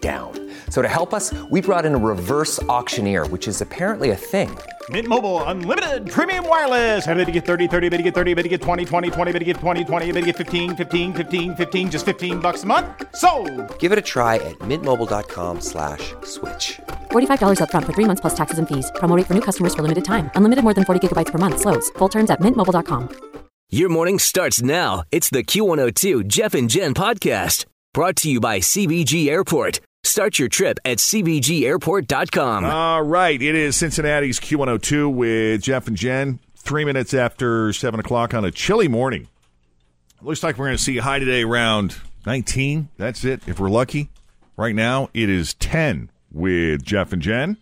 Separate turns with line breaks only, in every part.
down. So to help us, we brought in a reverse auctioneer, which is apparently a thing.
Mint Mobile unlimited premium wireless. Ready to get 30, 30, bit to get 30, bit to get 20, 20, 20, bit to get 20, 20, bit to get 15, 15, 15, 15 just 15 bucks a month. So,
Give it a try at mintmobile.com slash switch.
$45 upfront for three months plus taxes and fees. Promo rate for new customers for limited time. Unlimited more than 40 gigabytes per month. Slows. Full terms at mintmobile.com.
Your morning starts now. It's the Q102 Jeff and Jen podcast brought to you by CBG Airport. Start your trip at CBGAirport.com.
Uh,
All right, it is Cincinnati's Q102 with Jeff and Jen. Three minutes after seven o'clock on a chilly morning. Looks like we're going to see high today around 19. That's it, if we're lucky. Right now, it is 10 with Jeff and Jen.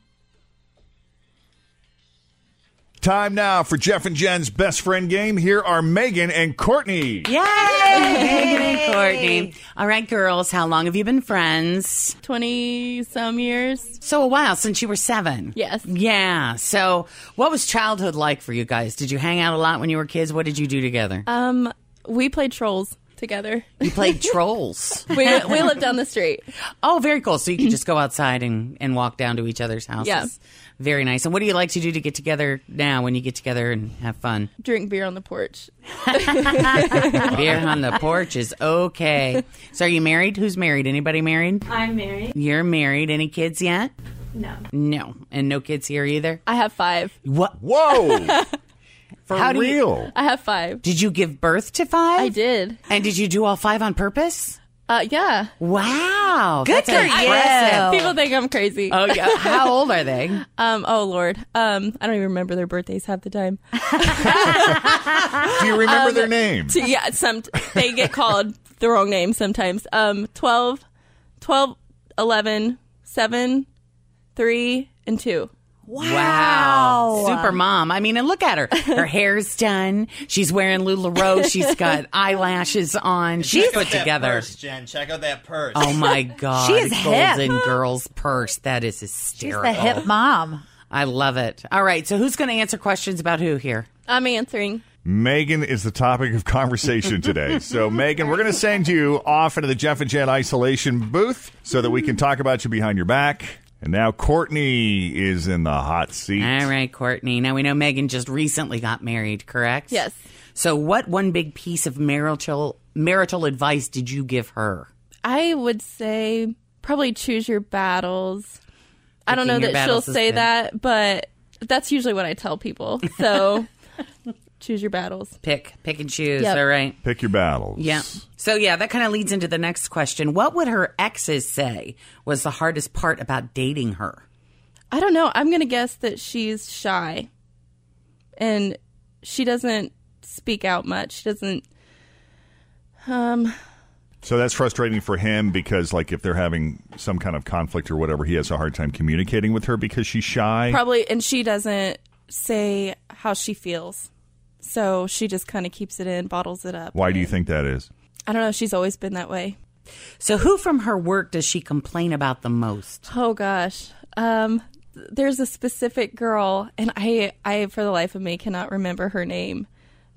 Time now for Jeff and Jen's best friend game. Here are Megan and Courtney.
Yay! Courtney. All right, girls, how long have you been friends?
20 some years.
So a while since you were seven.
Yes.
Yeah. So what was childhood like for you guys? Did you hang out a lot when you were kids? What did you do together?
Um, we played trolls together.
you played trolls.
We, we lived down the street.
Oh, very cool. So you could just go outside and, and walk down to each other's houses.
Yeah.
Very nice. And what do you like to do to get together now when you get together and have fun?
Drink beer on the porch.
Beer on the porch is okay. So are you married? Who's married? Anybody married?
I'm married.
You're married. Any kids yet?
No.
No. And no kids here either?
I have five.
What?
Whoa! for
How do you-
real.
I have five.
Did you give birth to five?
I did.
And did you do all five on purpose?
Uh, yeah.
Wow. Good
I- I- People think I'm crazy.
Oh, yeah. How old are they?
Um, oh Lord. Um, I don't even remember their birthdays half the time.
Do you remember their names?
So, yeah, some they get called the wrong name sometimes. Um, 12, 12, 11, 7, 3, and 2.
Wow. Super mom. I mean, and look at her. Her hair's done. She's wearing LuLaRoe. She's got eyelashes on. She's put together.
purse, Jen. Check out that purse.
Oh my God.
She is
Golden
hip.
Girls purse. That is
She's
hysterical.
the hip mom.
I love it. All right. So who's going to answer questions about who here?
I'm answering.
Megan is the topic of conversation today. So, Megan, we're going to send you off into the Jeff and Jen isolation booth so that we can talk about you behind your back. And now Courtney is in the hot seat.
All right, Courtney. Now we know Megan just recently got married, correct?
Yes.
So, what one big piece of marital marital advice did you give her?
I would say probably choose your battles. I don't
Picking
know
your
that she'll
battles is
say
good.
that, but that's usually what I tell people. So choose your battles.
Pick, pick and choose.
Yep.
All right.
Pick your battles.
Yeah. So, yeah, that kind of leads into the next question. What would her exes say was the hardest part about dating her?
I don't know. I'm going to guess that she's shy and she doesn't speak out much. She doesn't. Um,
So that's frustrating for him because, like, if they're having some kind of conflict or whatever, he has a hard time communicating with her because she's shy.
probably, and she doesn't say how she feels. So she just kind of keeps it in, bottles it up.
Why do you think that is?
I don't know. She's always been that way.
So, who from her work does she complain about the most?
Oh gosh. Um th- there's a specific girl and I I for the life of me cannot remember her name.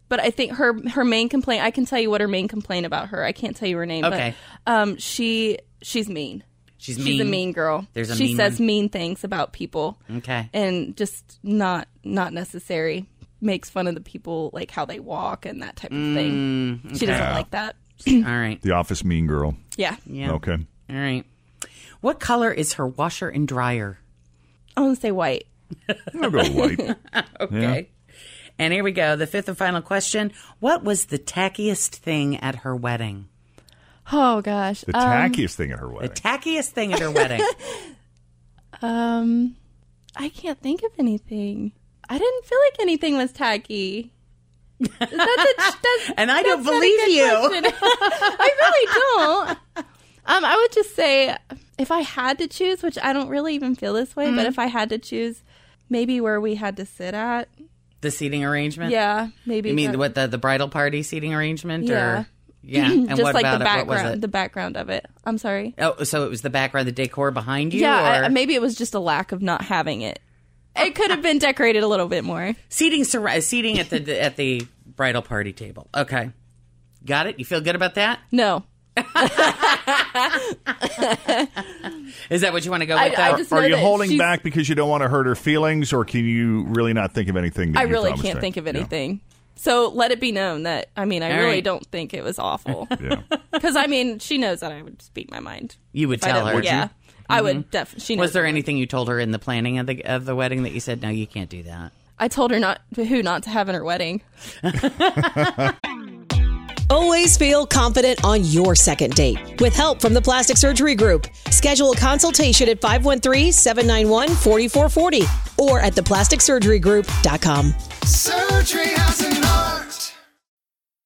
But I think her her main complaint I can tell you what her main complaint about her. I can't tell you her name,
Okay.
but um she she's mean.
She's
She's
mean.
a mean girl.
There's a
she
mean
says
one.
mean things about people
Okay.
and just not not necessary. Makes fun of the people like how they walk and that type of thing.
Mm,
She doesn't like that.
All right.
The office mean girl.
Yeah.
Yeah.
Okay.
All right. What color is her washer and dryer?
I want to say white.
I'll go white.
Okay. And here we go. The fifth and final question. What was the tackiest thing at her wedding?
Oh gosh.
The
Um,
tackiest thing at her
The
wedding.
tackiest thing at her wedding.
Um, I can't think of anything. I didn't feel like anything was tacky. That's a, that's,
And I don't
that's not a
believe
good
you.
question. I really don't. Um, I would just say if I had to choose, which I don't really even feel this way,
Mm-hmm.
but if I had to choose, maybe where we had to sit at.
The seating arrangement?
Yeah, maybe.
You mean
that-
what the, the bridal party seating arrangement?
Yeah.
Or, yeah. And
just
what
like
about
the
it? What was
background,
it?
the background of it. I'm sorry.
oh, so it was the background, the decor behind you?
yeah,
or?
I, maybe it was just a lack of not having it. It could have been decorated a little bit more.
seating sur- uh, seating at the at the bridal party table. Okay, got it. You feel good about that?
No,
Is that what you want to go with?
I-
though?
I just
Are
know
you
that
holding
she's-
back because you don't want to hurt her feelings, or can you really not think of anything? That
I
you
really
promised
can't
her?
think of
Yeah.
anything. So let it be known that I mean I
All
really
right.
don't think it was awful
Yeah.
because I mean she knows that I would speak my mind.
you would
If I
tell
don't-
her.
yeah, I
Mm-hmm.
would definitely. She knows
Was there
that.
anything you told her in the planning of the of the wedding that you said no, you can't do that?
I told her not who not to have in her wedding.
Always feel confident on your second date. With help from the Plastic Surgery Group, schedule a consultation at 513 791 4440 or at theplasticsurgerygroup.com.
Surgery has an art.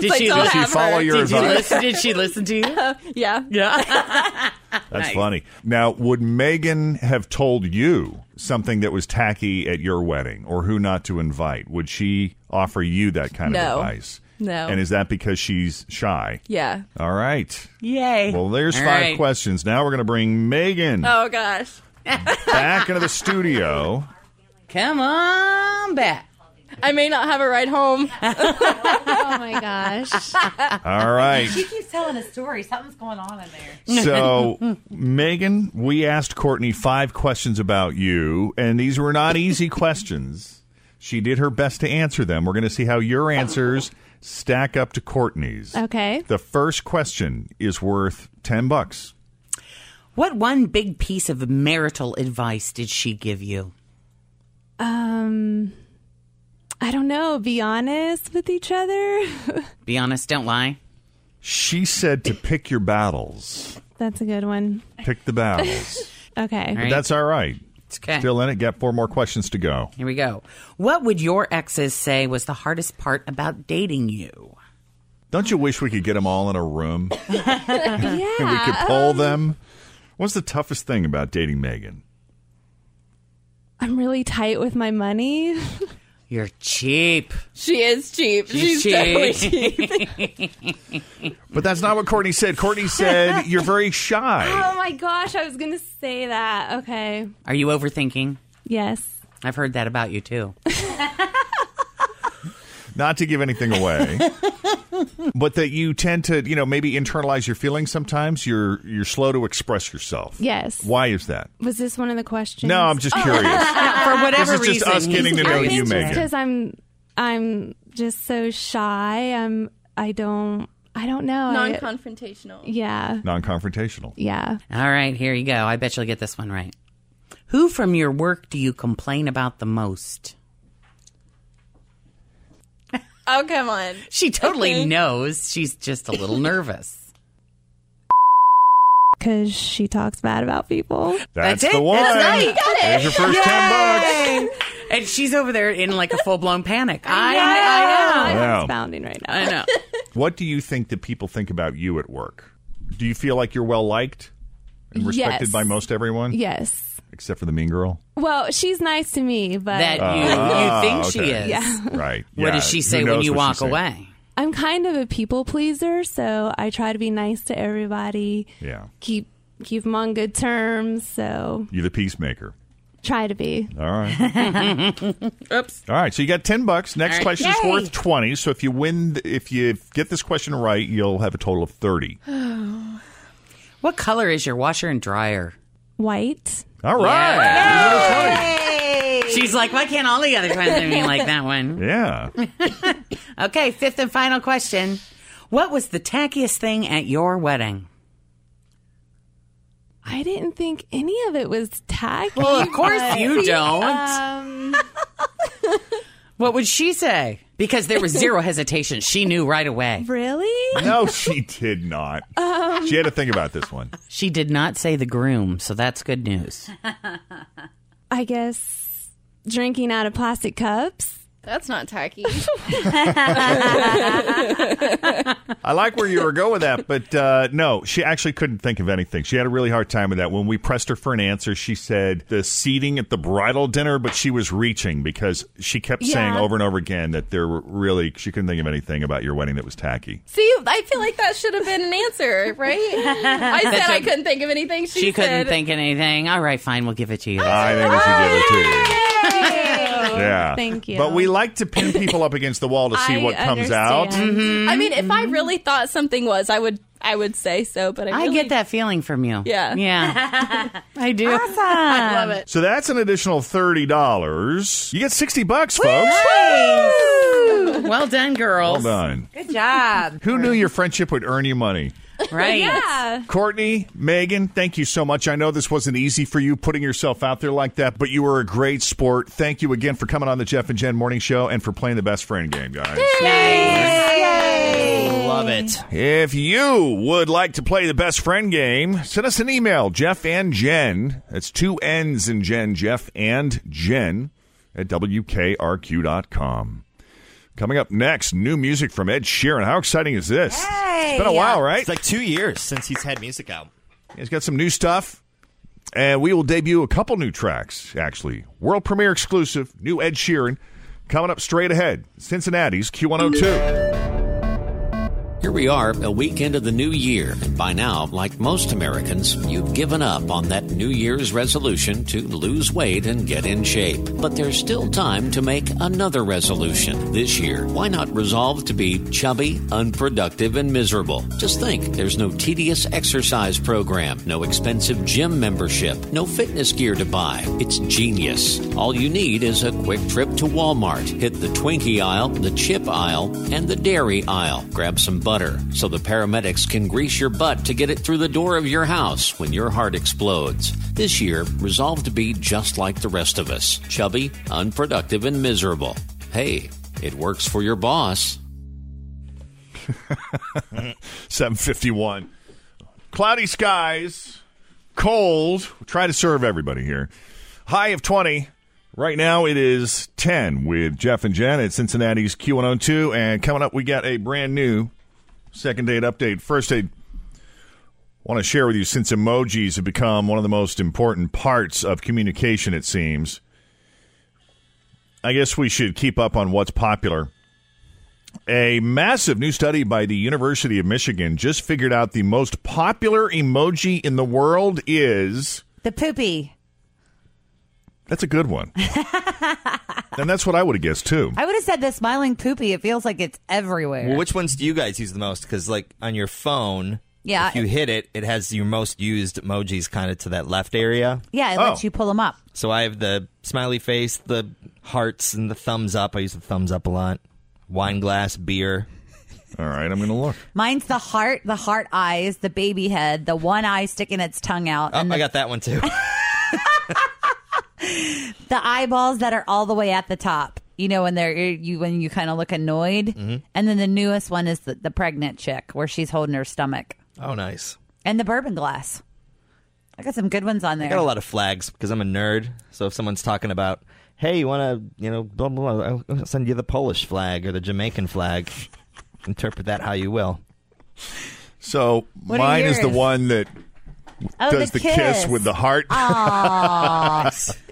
Did
Like,
she,
don't
did she
have her.
follow your
did you
advice?
listen? Did she listen to you?
Yeah,
Yeah.
That's
Nice.
funny. Now, would Megan have told you something that was tacky at your wedding or who not to invite? Would she offer you that kind
No.
of advice?
No.
And is that because she's shy?
yeah.
All right.
Yay.
Well, there's
All
five
right.
questions. Now we're going to bring Megan
Oh gosh,
back into the studio.
Come on back.
I may not have a ride home.
Oh my gosh.
All right.
keeps telling a story. Something's going on in there.
So, Megan, we asked Courtney five questions about you, and these were not easy questions. She did her best to answer them. We're going to see how your answers stack up to Courtney's.
Okay.
The first question is worth 10 bucks.
What one big piece of marital advice did she give you?
Um, I don't know. Be honest with each other.
Be honest, don't lie.
She said to pick your battles.
That's a good one.
Pick the battles.
Okay.
All right.
That's all right.
It's okay.
Still in it. Got four more questions to go.
Here we go. What would your exes say was the hardest part about dating you?
Don't you wish we could get them all in a room and we
Yeah. um,
could poll them? What's the toughest thing about dating Megan?
I'm really tight with my money.
You're cheap.
She is cheap. She's, definitely cheap.
But that's not what Courtney said. Courtney said, You're very shy.
Oh my gosh, I was going to say that. Okay.
Are you overthinking?
Yes.
I've heard that about you too.
Not to give anything away. but that you tend to, you know, maybe internalize your feelings sometimes. You're you're slow to express yourself.
Yes. Oh.
Why is that?
Was this one of the questions?
No, I'm just curious.
For whatever
This is just
reason,
us getting to
he's-
know
I
you,
think just
Megan.
because I'm, I'm just so shy. I'm. I don't. I don't know. I,
Non-confrontational.
yeah.
Non confrontational.
Yeah.
All right, here you go. I bet you'll get this one right. Who from your work do you complain about the most?
Oh come on.
She totally
Okay.
knows. She's just a little nervous.
Because she talks bad about people.
That's,
That's
the
it.
one.
That's right.
There's your first ten bucks.
And she's over there in like a full blown panic. I,
Oh.
I know.
My
Wow.
heart's pounding right now.
I know.
What do you think that people think about you at work? Do you feel like you're well liked and respected
Yes.
by most everyone?
Yes.
Except for the mean girl.
Well, she's nice to me, but
That you, you think she
okay.
is.
Yeah.
Right.
What does she say when you walk away?
I'm kind of a people pleaser, so I try to be nice to everybody.
Yeah.
Keep keep them on good terms. So
You're the peacemaker.
try to be.
All right.
Oops.
All right. So you got ten bucks. Next
All right.
question is worth twenty. So if you win, th- if you get this question right, you'll have a total of thirty.
What color is your washer and dryer?
White.
All right.
She's like, why can't all the other friends of me like that one?
Yeah.
Okay, fifth and final question. What was the tackiest thing at your wedding?
I didn't think any of it was tacky.
Well, of course
but,
you don't.
uh,
Um,
What would she say? Because there was zero hesitation. She knew right away.
really?
No, she did not.
Um.
she had to think about this one.
She did not say the groom, so that's good news.
I guess drinking out of plastic cups.
That's not tacky.
I like where you were going with that, but uh, no, she actually couldn't think of anything. She had a really hard time with that. When we pressed her for an answer, she said the seating at the bridal dinner, but she was reaching because she kept saying
Yeah.
over and over again that there were really, she couldn't think of anything about your wedding that was tacky.
See, I feel like that should have been an answer, right? I said I couldn't think of anything. She,
She, couldn't
said,
think of anything. All right, fine, we'll give it to you.
I think we should give it to you. Yeah.
Oh. Thank you.
But we like to pin people up against the wall to see
I
what comes out.
understand.
Mm-hmm.
I mean, if I really thought something was, I would, I would say so. But I,
I
really,
get that feeling from you.
Yeah.
Yeah. I do.
I love it.
So that's an additional thirty dollars. You get sixty bucks, folks.
Well done,
Well
girls.
done.
Good job.
Who knew your friendship would earn you money?
Right.
Yeah.
Courtney, Megan, thank you so much. I know this wasn't easy for you putting yourself out there like that, but you were a great sport. Thank you again for coming on the Jeff and Jen Morning Show and for playing the best friend game, guys.
Love it.
If you would like to play the best friend game, send us an email, Jeff and Jen. That's two N's in Jen, Jeff and Jen at WKRQ.com. Coming up next, new music from Ed Sheeran. How exciting is this? It's been a while, right?
It's like two years since he's had music out.
He's got some new stuff. And we will debut a couple new tracks, actually. World premiere exclusive, new Ed Sheeran, coming up straight ahead. Cincinnati's Q102.
Here we are, a week into the new year, and by now, like most Americans, you've given up on that New Year's resolution to lose weight and get in shape. But there's still time to make another resolution. This year, why not resolve to be chubby, unproductive, and miserable? Just think there's no tedious exercise program, no expensive gym membership, no fitness gear to buy. It's genius. All you need is a quick trip to Walmart. Hit the Twinkie aisle, the chip aisle, and the dairy aisle. Grab some butter so the paramedics can grease your butt to get it through the door of your house when your heart explodes. This year, resolve to be just like the rest of us chubby, unproductive, and miserable. Hey, it works for your boss.
751. Cloudy skies, cold. we try to serve everybody here. High of 20. Right now it is 10 with Jeff and Jen at Cincinnati's Q102. And coming up, we got a brand new second date update. First aid. Want to share with you since emojis have become one of the most important parts of communication, it seems. I guess we should keep up on what's popular. A massive new study by the University of Michigan just figured out the most popular emoji in the world is.
The poopy.
That's a good one. and that's what I would have guessed too.
I would have said the smiling poopy. It feels like it's everywhere.
Well, which ones do you guys use the most? Because like on your phone,
Yeah.
if you hit it, it has your most used emojis kind of to that left area.
yeah, it
Oh.
lets you pull them up.
So I have the smiley face, the hearts, and the thumbs up. I use the thumbs up a lot. Wine glass, beer.
All right, I'm gonna look.
Mine's the heart, the heart eyes, the baby head, the one eye sticking its tongue out,
Oh,
and
I got that one too.
the eyeballs that are all the way at the top. You know when they're you when you kind of look annoyed,
Mm-hmm.
and then the newest one is the, the pregnant chick where she's holding her stomach
oh, nice.
and the bourbon glass. I got some good ones on
I
there.
got a lot of flags because I'm a nerd. So if someone's talking about, hey, you want to, you know, blah blah, blah, I'll send you the Polish flag or the Jamaican flag. Interpret that how you will.
So
What are
mine is the
yours?
one that
Oh,
does the, kiss. with the heart.
Aw.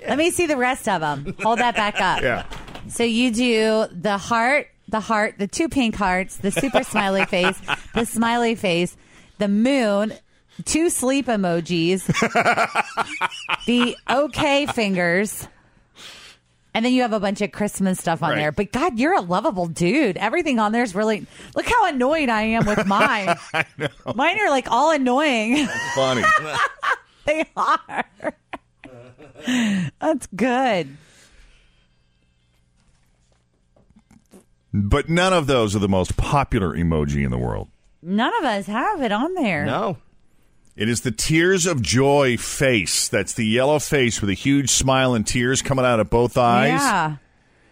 Let me see the rest of them. Hold that back up.
yeah.
So you do the heart, the heart, the two pink hearts, the super smiley face, the smiley face, the moon, two sleep emojis, the okay fingers. And then you have a bunch of Christmas stuff on
Right.
there. But God, you're a lovable dude. Everything on there is really. Look how annoyed I am with mine. Mine are like all annoying.
Funny.
they are. That's good.
But none of those are the most popular emoji in the world.
None of us have it on there.
No. It is the tears of joy face. That's the yellow face with a huge smile and tears coming out of both eyes.
Yeah.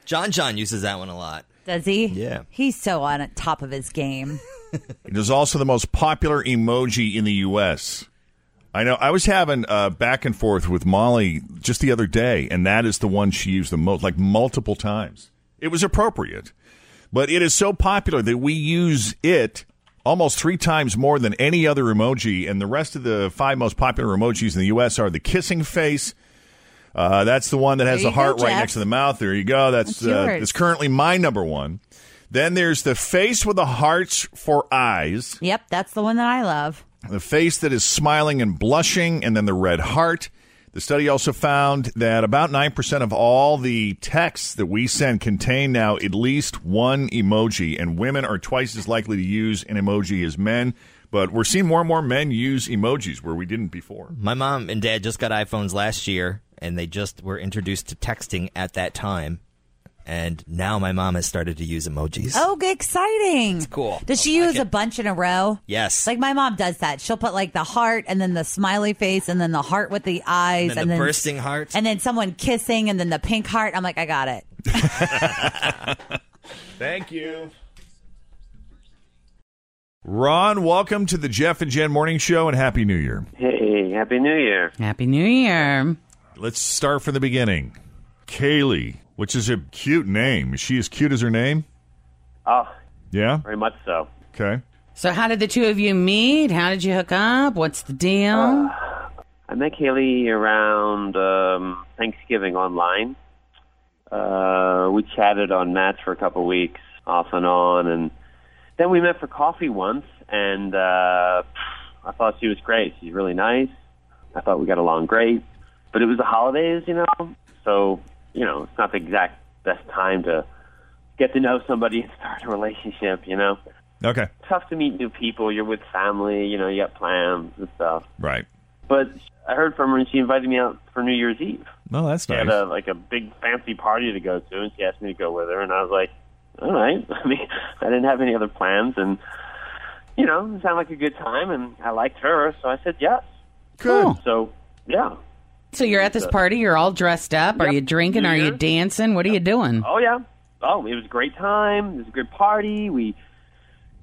John John uses that one a lot.
Does he?
Yeah.
He's so on it- top of his game.
It is also the most popular emoji in the U.S. I know. I was having uh, back and forth with Molly just the other day, and that is the one she used the most, like multiple times. It was appropriate, but it is so popular that we use it almost three times more than any other emoji. And the rest of the five most popular emojis in the U.S. are the kissing face. Uh, that's the one that has
There
the
you go,
heart right
Jeff.
next to the mouth. There you go. That's
That's
uh,
yours.
it's currently my number one. Then there's the face with the hearts for eyes,
yep, that's the one that I love.
the face that is smiling and blushing, and then the red heart. The study also found that about 9% of all the texts that we send contain now at least one emoji, and women are twice as likely to use an emoji as men. But we're seeing more and more men use emojis where we didn't before.
My mom and dad just got iPhones last year, and they just were introduced to texting at that time. And now my mom has started to use emojis.
Oh, g- exciting. It's
cool.
Does she use a bunch in a row?
Yes.
Like my mom does that. She'll put like the heart and then the smiley face and then the heart with the eyes
And then the bursting heart.
And then someone kissing and then the pink heart. I'm like, I got it.
Thank you. Ron, welcome to the Jeff and Jen Morning Show and Happy New Year.
Hey, Happy New Year.
Happy New Year.
Let's start from the beginning. Kaylee, which is a cute name. Is she as cute as her name?
Oh,
Yeah?
very much so.
Okay.
So, how did the two of you meet? How did you hook up? What's the deal?
Uh, I met Kaylee around um, Thanksgiving online. Uh, we chatted on Match for a couple of weeks, off and on, and then we met for coffee once, and uh, I thought she was great. She's really nice. I thought we got along great, but it was the holidays, you know, so, you know, it's not the exact best time to get to know somebody and start a relationship, you know?
Okay.
tough to meet new people. You're with family, you know, you got plans and stuff.
Right.
But I heard from her, and she invited me out for New Year's Eve.
Well, that's
She had a, like a big fancy party to go to, and she asked me to go with her, and I was like, all right. I mean, I didn't have any other plans, and you know, it sounded like a good time, and I liked her, so I said yes.
Cool.
So, yeah.
So, you're at this party, you're all dressed up. Are you drinking? Are you dancing? What are you doing?
Oh yeah. Oh, it was a great time. It was a good party. We,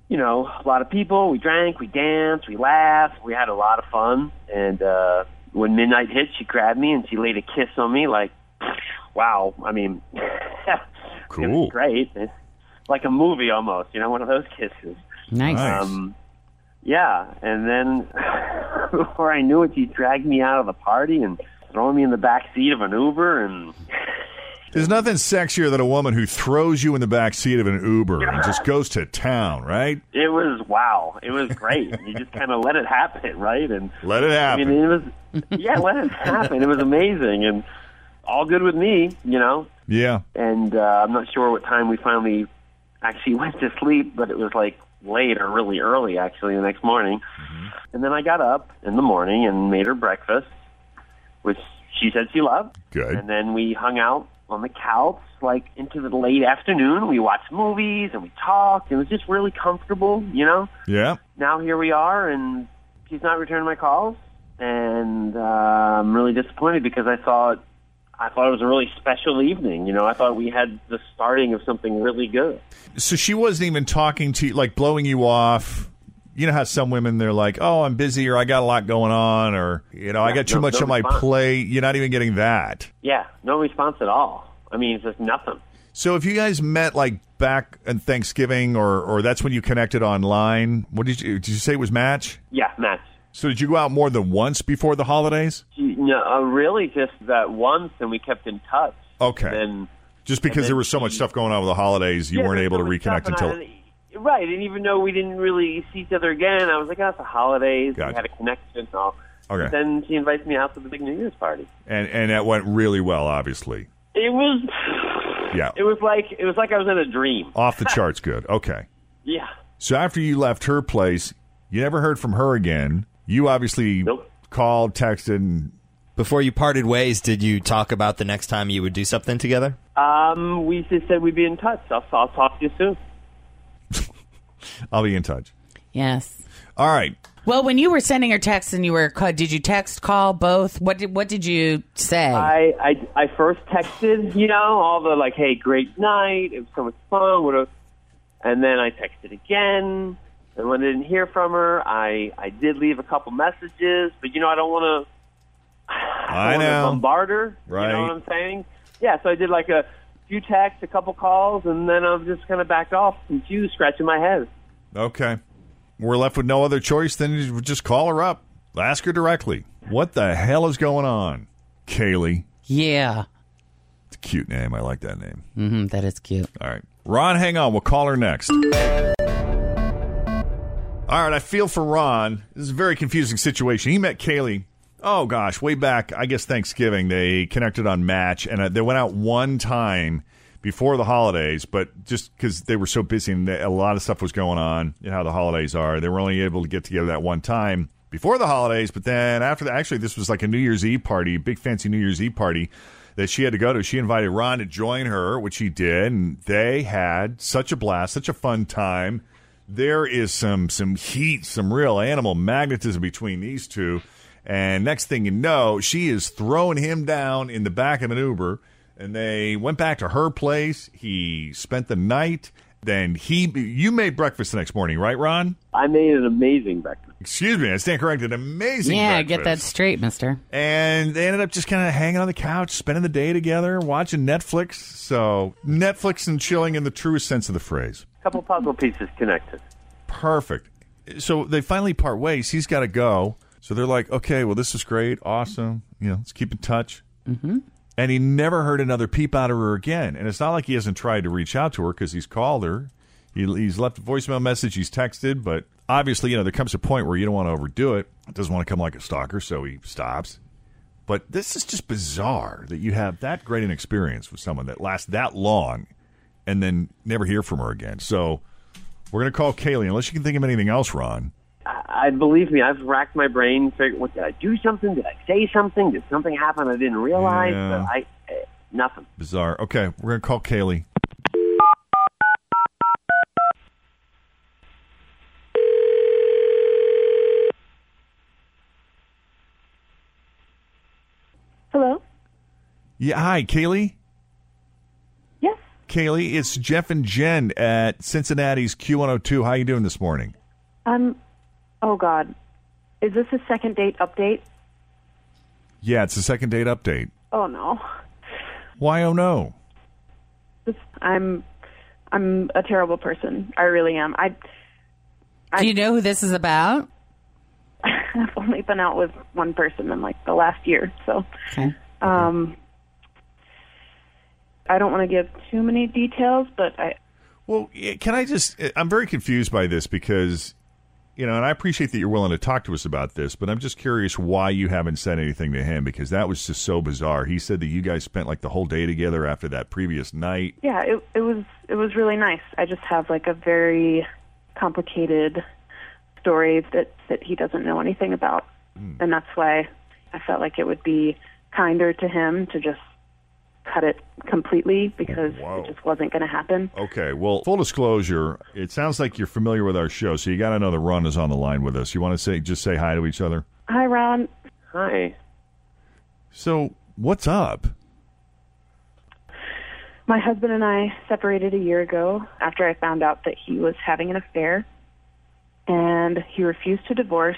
you know, a lot of people. We drank, we danced, we laughed. We had a lot of fun. And uh, when midnight hit, she grabbed me and she laid a kiss on me. Like, wow. I mean, it
cool.
was great. It's like a movie almost. You know, one of those kisses.
Nice.
Um, yeah, and then before I knew it, she dragged me out of the party and throwing me in the back seat of an Uber and
There's nothing sexier than a woman who throws you in the back seat of an Uber and just goes to town, right?
It was wow. It was great. you just kind of let it happen, right? And
Let it
I
happen.
mean, it was yeah, let it happen. It was amazing and all good with me, you know.
yeah.
And uh, I'm not sure what time we finally actually went to sleep, but it was like late or really early actually the next morning.
Mm-hmm.
And then I got up in the morning and made her breakfast, which she said she loved.
Good.
And then we hung out on the couch like into the late afternoon. We watched movies and we talked. It was just really comfortable, you know
Yeah.
now here we are, and she's not returning my calls, and uh, I'm really disappointed because I thought I thought it was a really special evening. You know, I thought we had the starting of something really good.
So she wasn't even talking to you, like blowing you off. You know how some women they're like, "Oh, I'm busy," or "I got a lot going on," or you know, "I
Yeah,
got too
no-
much
no
on my
response.
plate." You're not even getting that.
Yeah, no response at all. I mean, it's just nothing.
So if you guys met like back on Thanksgiving or or that's when you connected online, what did you did you say it was match?
Yeah, Matt.
So did you go out more than once before the holidays?
She, no, uh, really, just that once, and we kept in touch.
Okay.
And
Just because there was so much stuff going on with the holidays, you
Yeah,
weren't
there's
able to
so much stuff,
reconnect
and I-
until
right, and even though we didn't really see each other again, I was like, "Oh, it's the holidays.
Gotcha.
We had a connection and all."
Okay.
But then she invites me out to the big New Year's party.
and and that went really well, obviously.
It was
Yeah.
It was like it was like I was in a dream.
Off the charts good. Okay.
Yeah.
So after you left her place, you never heard from her again. You obviously called, texted, and
Before you parted ways, did you talk about the next time you would do something together?
Um, we just said we'd be in touch. I'll, I'll talk to you soon.
I'll be in touch.
Yes.
All right.
Well, when you were sending her texts and you were, ca- did you text, call, both? What did What did you say?
I, I, I first texted, you know, all the like, hey, great night. It was so much fun. What a, and then I texted again. And when I didn't hear from her, I, I did leave a couple messages, but you know, I don't want to.
I
wanna
know.
Bombard her. You know what
Right.
I'm saying? Yeah, so I did like a few texts, a couple calls, and then I'm just kind of backed off, confused, scratching my head.
Okay. We're left with no other choice than to just call her up. Ask her directly. What the hell is going on? Kaylee.
Yeah.
It's a cute name. I like that name.
Mm-hmm, that is cute.
All right. Ron, hang on. We'll call her next. All right. I feel for Ron. This is a very confusing situation. He met Kaylee. Oh, gosh. Way back, I guess Thanksgiving, they connected on Match, and uh, they went out one time before the holidays, but just because they were so busy and a lot of stuff was going on, you know how the holidays are, they were only able to get together that one time before the holidays. But then after that, actually, this was like a New Year's Eve party, big fancy New Year's Eve party that she had to go to. She invited Ron to join her, which he did, and they had such a blast, such a fun time. There is some some heat, some real animal magnetism between these two. And next thing you know, she is throwing him down in the back of an Uber. And they went back to her place. He spent the night. Then he, you made breakfast the next morning, right, Ron?
I made an amazing breakfast.
Excuse me, I stand corrected. Amazing.
yeah,
breakfast.
get that straight, Mister.
And they ended up just kind of hanging on the couch, spending the day together, watching Netflix. So Netflix and chilling in the truest sense of the phrase.
couple puzzle pieces connected.
Perfect. So they finally part ways. He's got to go. So they're like, okay, well, this is great, awesome. You know, let's keep in touch. Mm-hmm. And he never heard another peep out of her again. And it's not like he hasn't tried to reach out to her because he's called her. He, he's left a voicemail message. He's texted, but obviously, you know, there comes a point where you don't want to overdo it. It doesn't want to come like a stalker, so he stops. But this is just bizarre that you have that great an experience with someone that lasts that long and then never hear from her again. So we're going to call Kaylee, unless you can think of anything else, Ron.
I, I believe me, I've racked my brain, figured, what did I do something? Did I say something? Did something happen I didn't
Oh,
realize?
Yeah.
But I, eh, nothing.
Bizarre. Okay, we're going to call Kaylee.
Hello.
Yeah, hi, Kaylee. Yes. Kaylee, it's Jeff and Jen at Cincinnati's Q102. How you doing this morning?
Um. Oh God. Is this a second date update?
Yeah, it's a second date update.
Oh no.
Why oh no?
This, I'm. I'm a terrible person. I really am. I.
Do you know who this is about?
I've only been out with one person in like the last year, so.
Okay.
Um. I don't want to give too many details, but I.
Well, yeah, can I just? eh, I'm very confused by this because, you know, and I appreciate that you're willing to talk to us about this, but I'm just curious why you haven't said anything to him because that was just so bizarre. He said that you guys spent like the whole day together after that previous night.
Yeah. It. It was. It was really nice. I just have like a very complicated story that that he doesn't know anything about. and that's why I felt like it would be kinder to him to just cut it completely because it just wasn't going to happen.
Okay, well, full disclosure, it sounds like you're familiar with our show, so you got to know that Ron is on the line with us. You want to say just say hi to each other.
Hi, Ron.
Hi.
So, what's up?
My husband and I separated a year ago after I found out that he was having an affair, and he refused to divorce,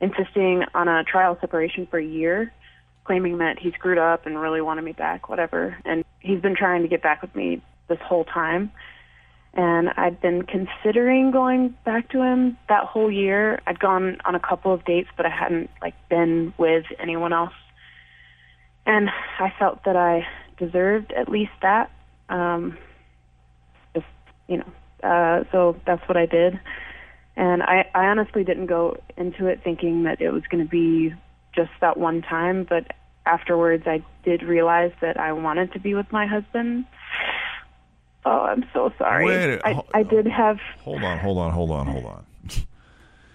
insisting on a trial separation for a year, claiming that he screwed up and really wanted me back, whatever. And he's been trying to get back with me this whole time. And I'd been considering going back to him that whole year. I'd gone on a couple of dates, but I hadn't like been with anyone else. And I felt that I deserved at least that um, just you know. Uh, so that's what I did, and I, I honestly didn't go into it thinking that it was going to be just that one time. But afterwards, I did realize that I wanted to be with my husband. Oh, I'm so sorry.
Wait,
I, I did have
Hold on, hold on, hold on, hold on.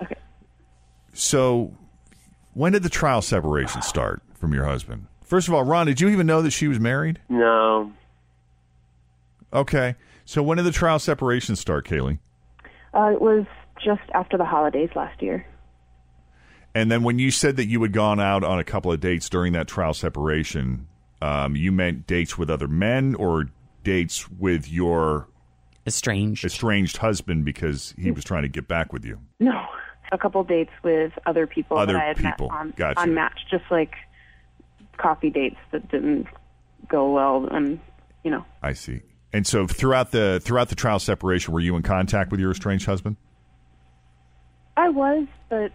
okay. So, when did the trial separation start? from your husband? First of all, Ron, did you even know that she was married?
No,
Okay. So when did the trial separation start, Kaylee?
Uh, it was just after the holidays last year.
And then when you said that you had gone out on a couple of dates during that trial separation, um, you meant dates with other men or dates with your
estranged
estranged husband because he was trying to get back with you.
No, a couple dates with other people
Other
that I had
people.
met on,
Gotcha.
on Match, just like coffee dates that didn't go well, and you know,
I see. And so throughout the throughout the trial separation, were you in contact with your estranged husband?
I was, but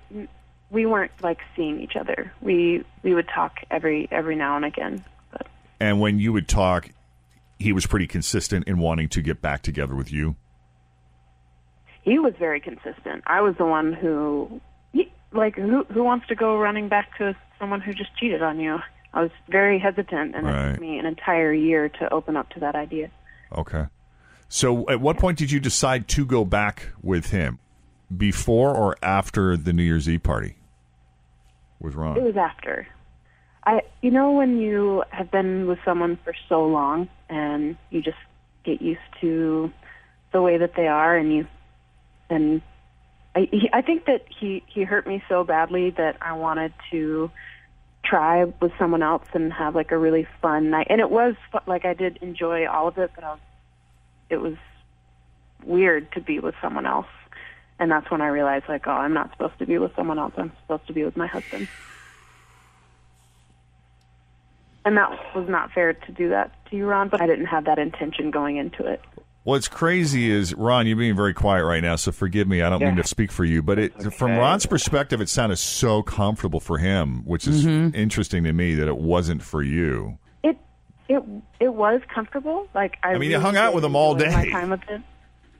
we weren't like seeing each other. We we would talk every every now and again.
And when you would talk, he was pretty consistent in wanting to get back together with you.
He was very consistent. I was the one who, he- like, who who wants to go running back to someone who just cheated on you? I was very hesitant, and it
Right.
took me an entire year to open up to that idea.
Okay. So at what point did you decide to go back with him? Before or after the New Year's Eve party? Was wrong.
It was after. I, you know, when you have been with someone for so long and you just get used to the way that they are, and you, and I, he, I think that he he hurt me so badly that I wanted to try with someone else and have like a really fun night. And it was fu- like I did enjoy all of it, but I was, it was weird to be with someone else. And that's when I realized, like, oh, I'm not supposed to be with someone else. I'm supposed to be with my husband. And that was not fair to do that to you, Ron, but I didn't have that intention going into it.
What's crazy is Ron, you're being very quiet right now, so forgive me. I don't mean
Yeah.
to speak for you, but it, from Ron's perspective, it sounded so comfortable for him, which is
Mhm.
interesting to me that it wasn't for you.
It it it was comfortable. Like I,
I mean, you
really
hung out
did
with him all
enjoy My
day.
time with him.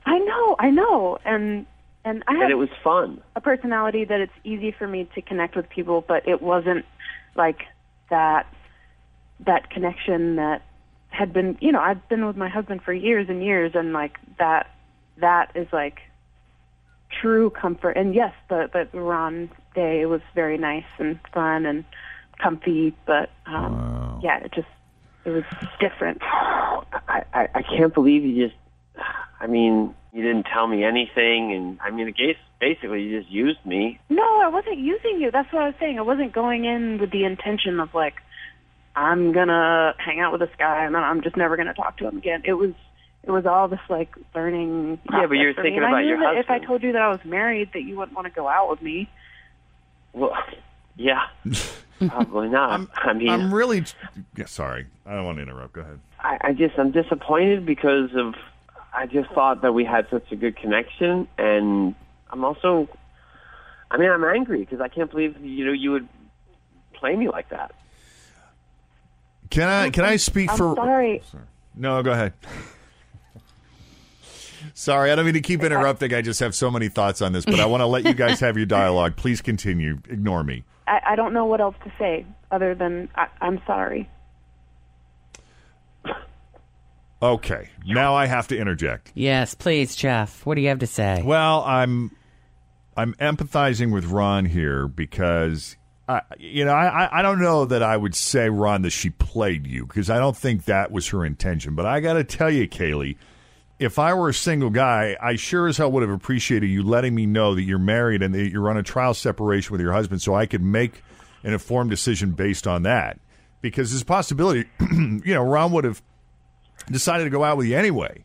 I know, I know, and and I had
and it was fun.
a personality that it's easy for me to connect with people, but it wasn't like that that connection that had been. You know, I've been with my husband for years and years, and like that that is like true comfort. And yes, the the Ron day was very nice and fun and comfy, but um, yeah, it just it was different.
I, I, I can't believe you just. I mean, you didn't tell me anything, and I mean, I guess basically you just used me.
No, I wasn't using you. That's what I was saying. I wasn't going in with the intention of like, I'm gonna hang out with this guy and then I'm just never gonna talk to him again. It was, it was all this like learning.
Yeah, but you were
process for me.
thinking
And I
about
knew
your
that If I
husband.
told you that I was married, that you wouldn't want to go out with me.
Well, yeah, probably not. I mean,
I'm really. Yeah, sorry, I don't want to interrupt. Go ahead.
I, I just I'm disappointed because of I just thought that we had such a good connection, and I'm also, I mean, I'm angry because I can't believe you know you would play me like that.
Can I can I speak
I'm
for?
sorry.
No, go ahead. Sorry, I don't mean to keep interrupting. I just have so many thoughts on this, but I want to let you guys have your dialogue. Please continue. Ignore me.
I, I don't know what else to say other than I, I'm sorry.
Okay, now I have to interject.
Yes, please, Jeff. What do you have to say?
Well, I'm I'm empathizing with Ron here because I, you know, I I- I don't know that I would say Ron that she played you because I don't think that was her intention. But I got to tell you, Kaylee, if I were a single guy, I sure as hell would have appreciated you letting me know that you're married and that you're on a trial separation with your husband, so I could make an informed decision based on that. Because there's a possibility, you know, Ron would have decided to go out with you anyway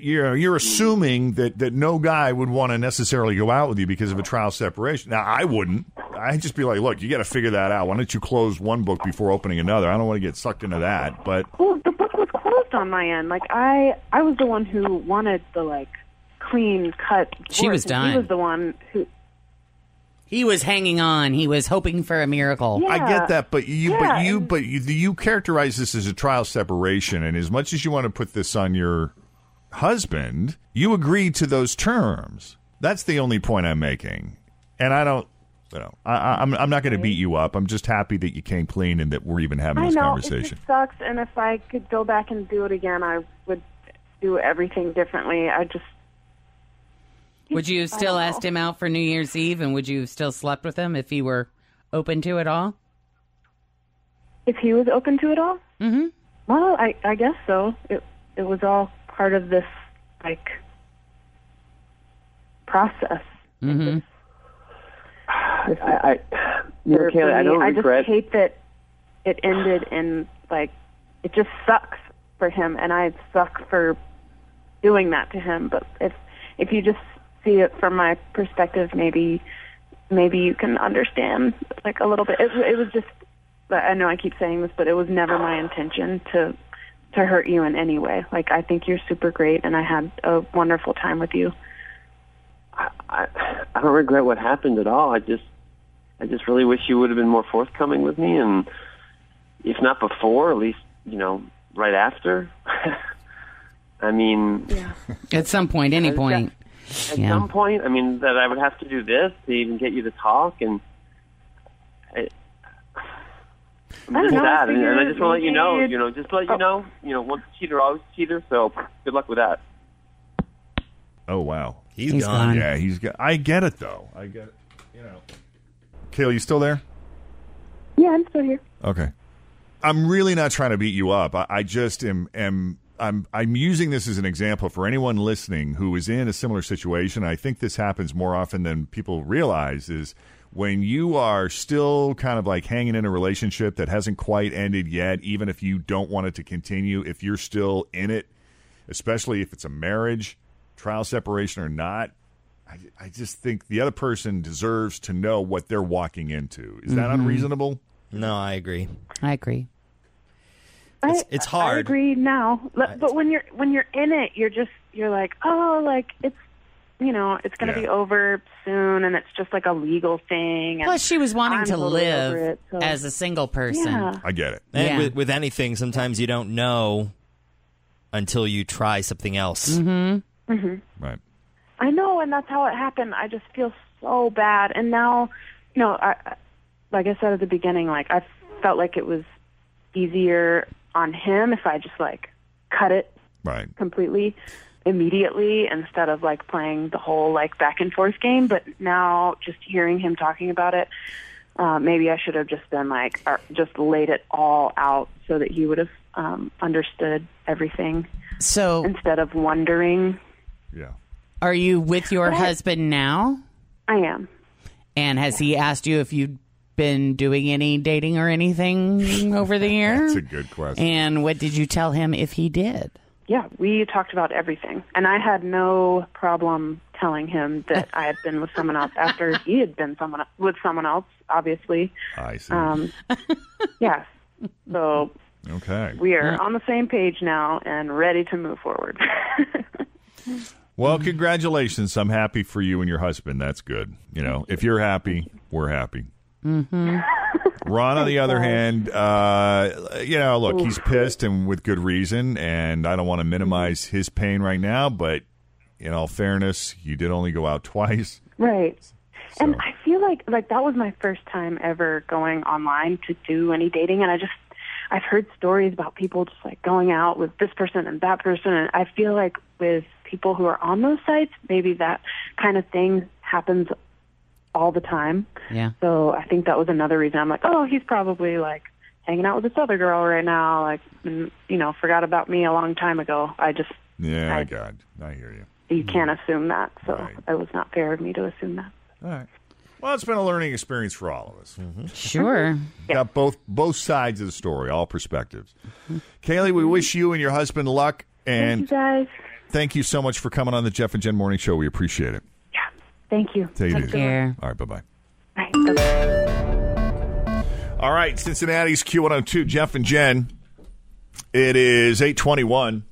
you're you're assuming that that no guy would want to necessarily go out with you because of a trial separation. Now I wouldn't. I'd just be like, look, you got to figure that out. Why don't you close one book before opening another? I don't want to get sucked into that. But
Well, the book was closed on my end. Like I, I was the one who wanted the like clean cut.
She
divorce,
was
and
done.
He was the one who.
He was hanging on. He was hoping for a miracle.
I get that. But you,
Yeah,
but you, but you, you characterize this as a trial separation, and as much as you want to put this on your husband, you agree to those terms. That's the only point I'm making, and I don't. You know, I, I- I'm I'm not going to beat you up. I'm just happy that you came clean and that we're even having
I
this
know it
conversation.
just sucks, and if I could go back and do it again, I would do everything differently. I just
Would you have still asked him out for New Year's Eve and would you have still slept with him if he were open to it all?
If he was open to it all?
Mm-hmm.
Well, I, I guess so. It it was all part of this like process.
Mm-hmm.
I, I you know,
for- for
Kaylee, I
me.
don't regret.
just hate that it ended in like it just sucks for him, and I suck for doing that to him. But if if you just see it from my perspective, maybe maybe you can understand like a little bit. It, it was just I know I keep saying this, but it was never my intention to to hurt you in any way. Like I think you're super great, and I had a wonderful time with you.
I, I don't regret what happened at all. I just, I just really wish you would have been more forthcoming with me, and if not before, at least you know right after. I mean,
At some point, any point.
at
Yeah.
some point, I mean that I would have to do this to even get you to talk, and I, I'm
I don't
just
know, I
sad, and, and I
figured
just want to let you know,
maybe
you know, just to let you know, you know, once a cheater, always a cheater. So good luck with that.
Oh wow,
He's gone. gone.
Yeah, he's gone. I get it though. I get, it. you know. Kayla, you still there?
Yeah, I'm still here.
Okay. I'm really not trying to beat you up. I, I just am am I'm I'm using this as an example for anyone listening who is in a similar situation. I think this happens more often than people realize is when you are still kind of like hanging in a relationship that hasn't quite ended yet, even if you don't want it to continue, if you're still in it, especially if it's a marriage, trial separation or not, I, I just think the other person deserves to know what they're walking into. Is that
Mhm.
unreasonable?
No, I agree.
I agree.
I,
it's
I
hard.
agree now, Le- but when you're when you're in it, you're just you're like, oh, like it's you know it's going to
Yeah.
be over soon, and it's just like a legal thing. And
Plus, she was wanting
I'm
to
totally
live
over it, so-
as a single person.
Yeah.
I get it.
And
Yeah.
with, with anything, sometimes you don't know until you try something else.
Mm-hmm. hmm
Right.
I know, and that's how it happened. I just feel so bad, and now, you know, I, I- like I said at the beginning, like I felt like it was easier on him if I just like cut it
Right.
completely immediately instead of like playing the whole like back and forth game. But now just hearing him talking about it, uh, maybe I should have just been like, or just laid it all out so that he would have um, understood everything.
So
instead of wondering,
Yeah.
Are you with your
But I-
husband now?
I am.
And has he asked you if you've been doing any dating or anything over the year?
That's a good question.
And what did you tell him if he did?
Yeah, we talked about everything, and I had no problem telling him that I had been with someone else after he had been someone with someone else. Obviously,
I see.
um, yeah. So
okay.
we are on the same page now and ready to move forward.
Well, congratulations. I'm happy for you and your husband. That's good. You know, if you're happy, we're happy.
Mm-hmm.
Ron, on the other hand, uh, you know, look, he's pissed and with good reason, and I don't want to
Mm-hmm.
minimize his pain right now, but in all fairness, you did only go out twice.
Right. And I feel like like that was my first time ever going online to do any dating and I just I've heard stories about people just like going out with this person and that person and I feel like with people who are on those sites, maybe that kind of thing happens all the time.
Yeah.
So I think that was another reason I'm like, oh, he's probably like hanging out with this other girl right now, like and, you know, forgot about me a long time ago. I just
Yeah, I got. I hear you.
you can't assume that. So it was not fair of me to assume that.
All right. Well, it's been a learning experience for all of us.
Uh-huh.
Sure.
Got both both sides of the story, all perspectives. Kaylee, we wish you and your husband luck, and
Mm-hmm. Thank you guys.
thank you so much for coming on the Jeff and Jen Morning Show. We appreciate it.
Thank you.
Take it easy.
care.
All right, bye bye.
Bye.
All right, Cincinnati's Q102, Jeff and Jen. It is 821,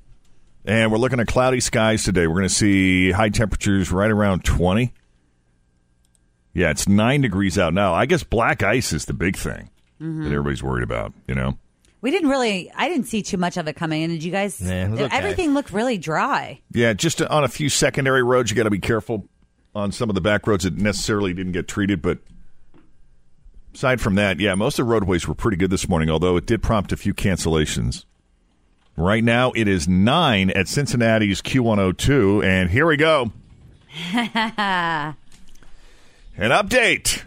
and we're looking at cloudy skies today. We're going to see high temperatures right around 20. Yeah, it's 9 degrees out now. I guess black ice is the big thing that everybody's worried about, you know?
We didn't really. I didn't see too much of it coming in. Did you guys?
Yeah, it was okay.
Everything looked really dry.
Yeah, just on a few secondary roads, you got to be careful on some of the back roads that necessarily didn't get treated. But aside from that, yeah, most of the roadways were pretty good this morning, although it did prompt a few cancellations. Right now, it is nine at Cincinnati's Q102, and here we go.
yes.
An update.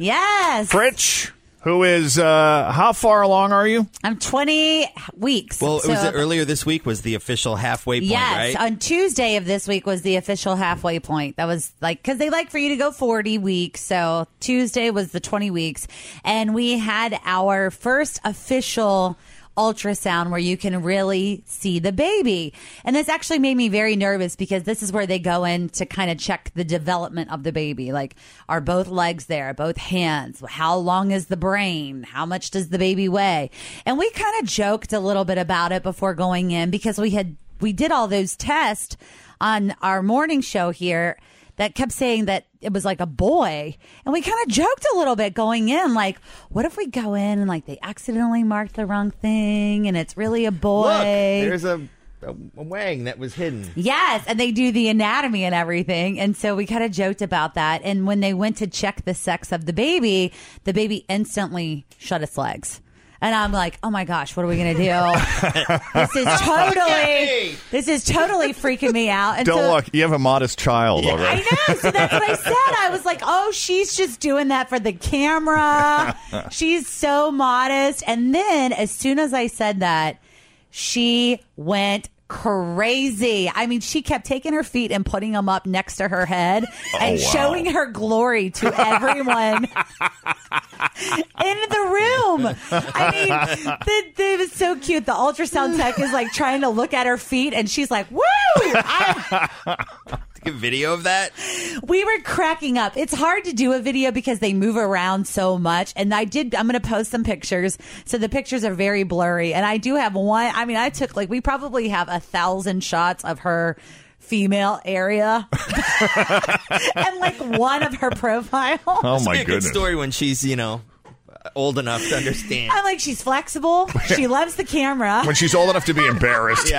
Fritch, who is, uh, how far along are you?
I'm 20 weeks.
Well, it was
So-
earlier this week was the official halfway point,
Yes, Uh,
right?
on Tuesday of this week was the official halfway point. That was like because they like for you to go forty weeks. So Tuesday was the twenty weeks, and we had our first official ultrasound where you can really see the baby. And this actually made me very nervous because this is where they go in to kind of check the development of the baby. Like, are both legs there? Both hands? How long is the brain? How much does the baby weigh? And we kind of joked a little bit about it before going in because we had we did all those tests on our morning show here that kept saying that it was like a boy. And we kind of joked a little bit going in, like, what if we go in and like they accidentally marked the wrong thing and it's really a boy?
Look, there's a, a, a wang that was hidden.
Yes, and they do the anatomy and everything. And so we kind of joked about that. And when they went to check the sex of the baby, the baby instantly shut its legs. And I'm like, oh my gosh, what are we gonna do? this is totally, this is totally freaking me out. And
Don't
so,
look. You have a modest child already.
I said, I was like, oh, she's just doing that for the camera. she's so modest. And then as soon as I said that, she went crazy. I mean, she kept taking her feet and putting them up next to her head and
wow.
showing her glory to everyone in the room. I mean, the, the, it was so cute. The ultrasound tech is like trying to look at her feet and she's like, woo!
Take a video of that.
we were cracking up. It's hard to do a video because they move around so much. And I did, I'm going to post some pictures. So the pictures are very blurry. And I do have one. I mean, I took like, we probably have a thousand shots of her female area and like one of her profile.
Oh,
This would be a Good story when she's you know old enough to understand.
I'm like, she's flexible. She loves the camera.
when she's old enough to be embarrassed.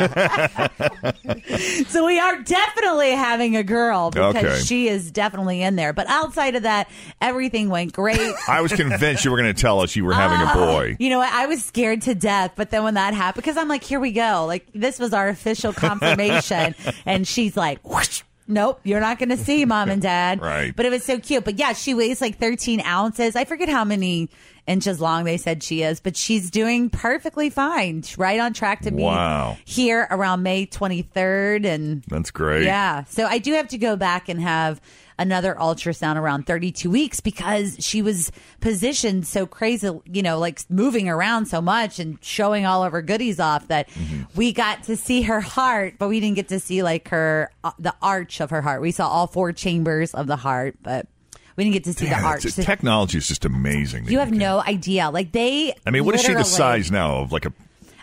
so we are definitely having a girl because
Okay.
she is definitely in there. But outside of that, everything went great.
I was convinced you were going to tell us you were having
Ah.
a boy.
You know what? I was scared to death, but then when that happened, because I'm like, here we go. Like, this was our official confirmation. and she's like, whoosh, nope, you're not going to see mom and dad.
Right.
But it was so cute. But yeah, she weighs like 13 ounces. I forget how many inches long they said she is, but she's doing perfectly fine. She's Right on track to be
Wow.
here around May 23rd. And
That's great.
yeah. So I do have to go back and have another ultrasound around 32 weeks because she was positioned so crazy, you know, like moving around so much and showing all of her goodies off that
Mm-hmm.
we got to see her heart, but we didn't get to see like her, uh, the arch of her heart. We saw all four chambers of the heart, but we didn't get to see
Man,
the arch.
it's- Technology is just amazing.
you have no idea. Like they,
I mean, what is she the
literally-
size now of like a?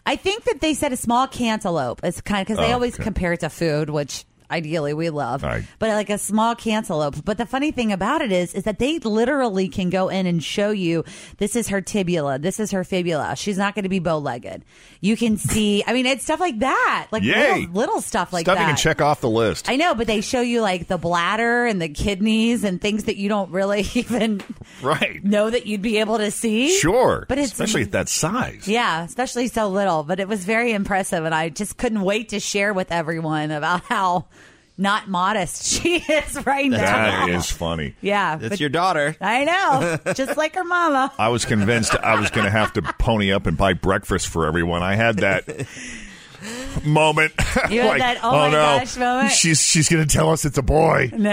I think that they said a small cantaloupe. It's kind of because they
Oh,
always
okay.
compare it to food, which ideally we love.
Right.
But like a small cantaloupe. But the funny thing about it is, is that they literally can go in and show you this is her tibula, this is her fibula. She's not going to be bow legged. You can see. I mean, it's stuff like that, like
Yay.
little, little stuff like
stuff
that.
you can check off the list.
I know, but they show you like the bladder and the kidneys and things that you don't really even
right.
know that you'd be able to see.
Sure.
but it's
especially at that size.
yeah, especially so little, but it was very impressive, and I just couldn't wait to share with everyone about how not modest she is right now.
That is funny.
Yeah,
That's
but-
your daughter.
I know, just like her mama.
I was convinced I was going to have to pony up and buy breakfast for everyone. I had that moment.
You had
Like,
that, oh my
no,
gosh moment?
She's she's going to tell us it's a boy.
No,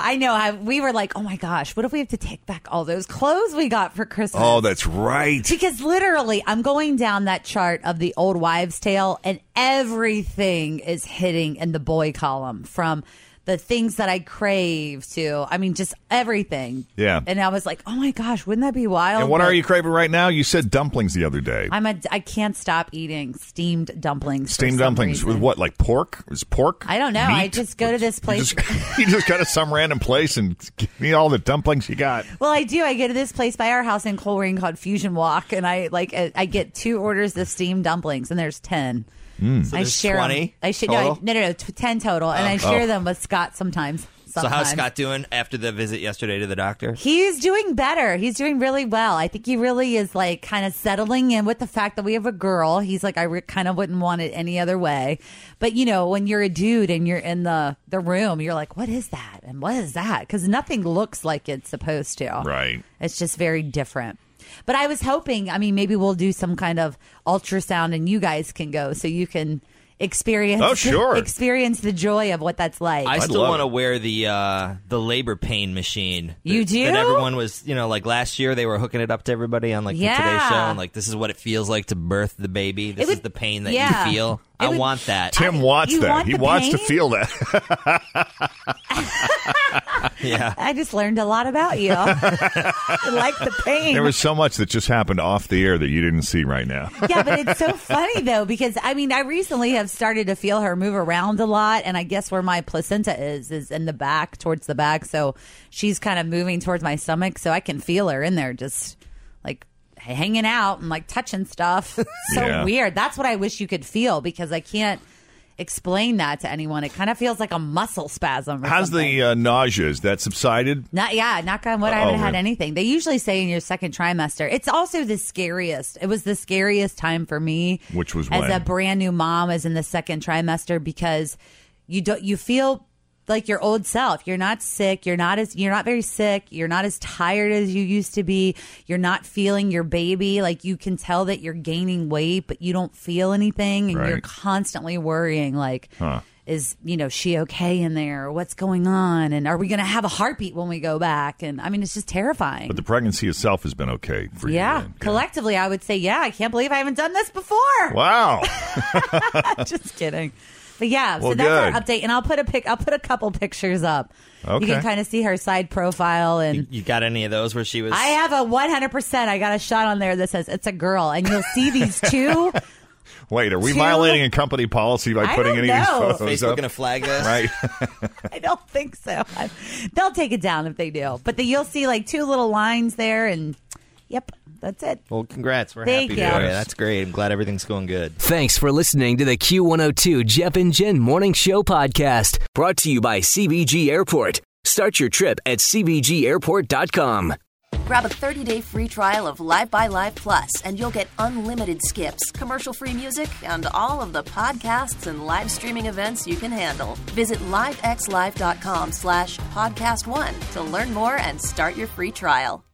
I know. I, we were like, oh my gosh, what if we have to take back all those clothes we got for Christmas?
Oh, that's right.
Because literally, I'm going down that chart of the old wives' tale, and everything is hitting in the boy column from the things that I crave to, I mean, just everything.
Yeah.
And I was like, oh my gosh, wouldn't that be wild?
And what
But
are you craving right now? You said dumplings the other day.
I'm a, I can't stop eating steamed dumplings. for
Steamed
some
dumplings
reason.
with what? Like pork? Is pork?
I don't know. I
meat?
just go to this
You
place.
just, you just go to some random place and give me all the dumplings you got.
Well, I do. I go to this place by our house in Coleraine called Fusion Walk, and I like I I get two orders of steamed dumplings, and there's ten.
Mm. So
I
there's
share 'em.
20
I share no, I-
total?
no, no, no, t- ten total, and
Oh.
I share
Oh.
them with Scott sometimes.
So
sometimes.
how's Scott doing after the visit yesterday to the doctor?
He's doing better. He's doing really well. I think he really is like kind of settling in with the fact that we have a girl. He's like, I re- kind of wouldn't want it any other way. But you know, when you're a dude and you're in the the room, you're like, what is that? And what is that? Because nothing looks like it's supposed to.
Right.
It's just very different. But I was hoping, I mean, maybe we'll do some kind of ultrasound and you guys can go so you can experience
Oh, sure.
experience the joy of what that's like.
I still want to wear the uh, the labor pain machine.
You
that,
do?
That everyone was, you know, like last year they were hooking it up to everybody on like the Today
Yeah.
Show, and like this is what it feels like to birth the baby. This is the pain that
yeah.
you feel.
It
I
would-
want that.
Tim wants
you
that.
want
he
the
wants to
pain?
feel that.
yeah.
I just learned a lot about you. I like the pain.
There was so much that just happened off the air that you didn't see right now.
yeah, but it's so funny though because I mean I recently have started to feel her move around a lot, and I guess where my placenta is is in the back, towards the back. So she's kind of moving towards my stomach, so I can feel her in there, just like hanging out and like touching stuff. so
Yeah.
weird. That's what I wish you could feel because I can't explain that to anyone. It kind of feels like a muscle spasm. Or
How's
something.
the uh, nausea? Is that subsided?
Not yeah, knock on wood. I
Oh,
haven't had
man.
anything. They usually say in your second trimester. It's also the scariest. It was the scariest time for me,
Which was
as
when?
a brand new mom, is in the second trimester because you don't you feel like your old self. You're not sick. You're not as you're not very sick. You're not as tired as you used to be. You're not feeling your baby. Like you can tell that you're gaining weight, but you don't feel anything, and you're
Right.
constantly worrying like
Huh.
is you know she okay in there or what's going on and are we going to have a heartbeat when we go back and i mean it's just terrifying
But the pregnancy itself has been okay for you.
yeah collectively i would say yeah i can't believe i haven't done this before
Wow.
just kidding but yeah
Well,
so that's our
good.
update and i'll put a pic i'll put a couple pictures up
Okay.
you can kind of see her side profile and
You got any of those where she was?
i have a 100% i got a shot on there that says it's a girl and you'll see these two
Wait, are we
Two-
violating a company policy by
I
putting
don't
any
know.
of these photos
Facebook
up?
gonna flag this?
Right.
I don't think so. I- they'll take it down if they do. But the, you'll see like two little lines there, and yep, that's it.
Well, congrats. We're
Thank
happy
you.
for you. That's great. I'm glad everything's going good.
Thanks for listening to the Q102 Jeff and Jen Morning Show podcast brought to you by CBG Airport. Start your trip at CBGAirport.com.
Grab a 30-day free trial of Live by Live Plus, and you'll get unlimited skips, commercial-free music, and all of the podcasts and live streaming events you can handle. Visit livexlive.com slash podcast one to learn more and start your free trial.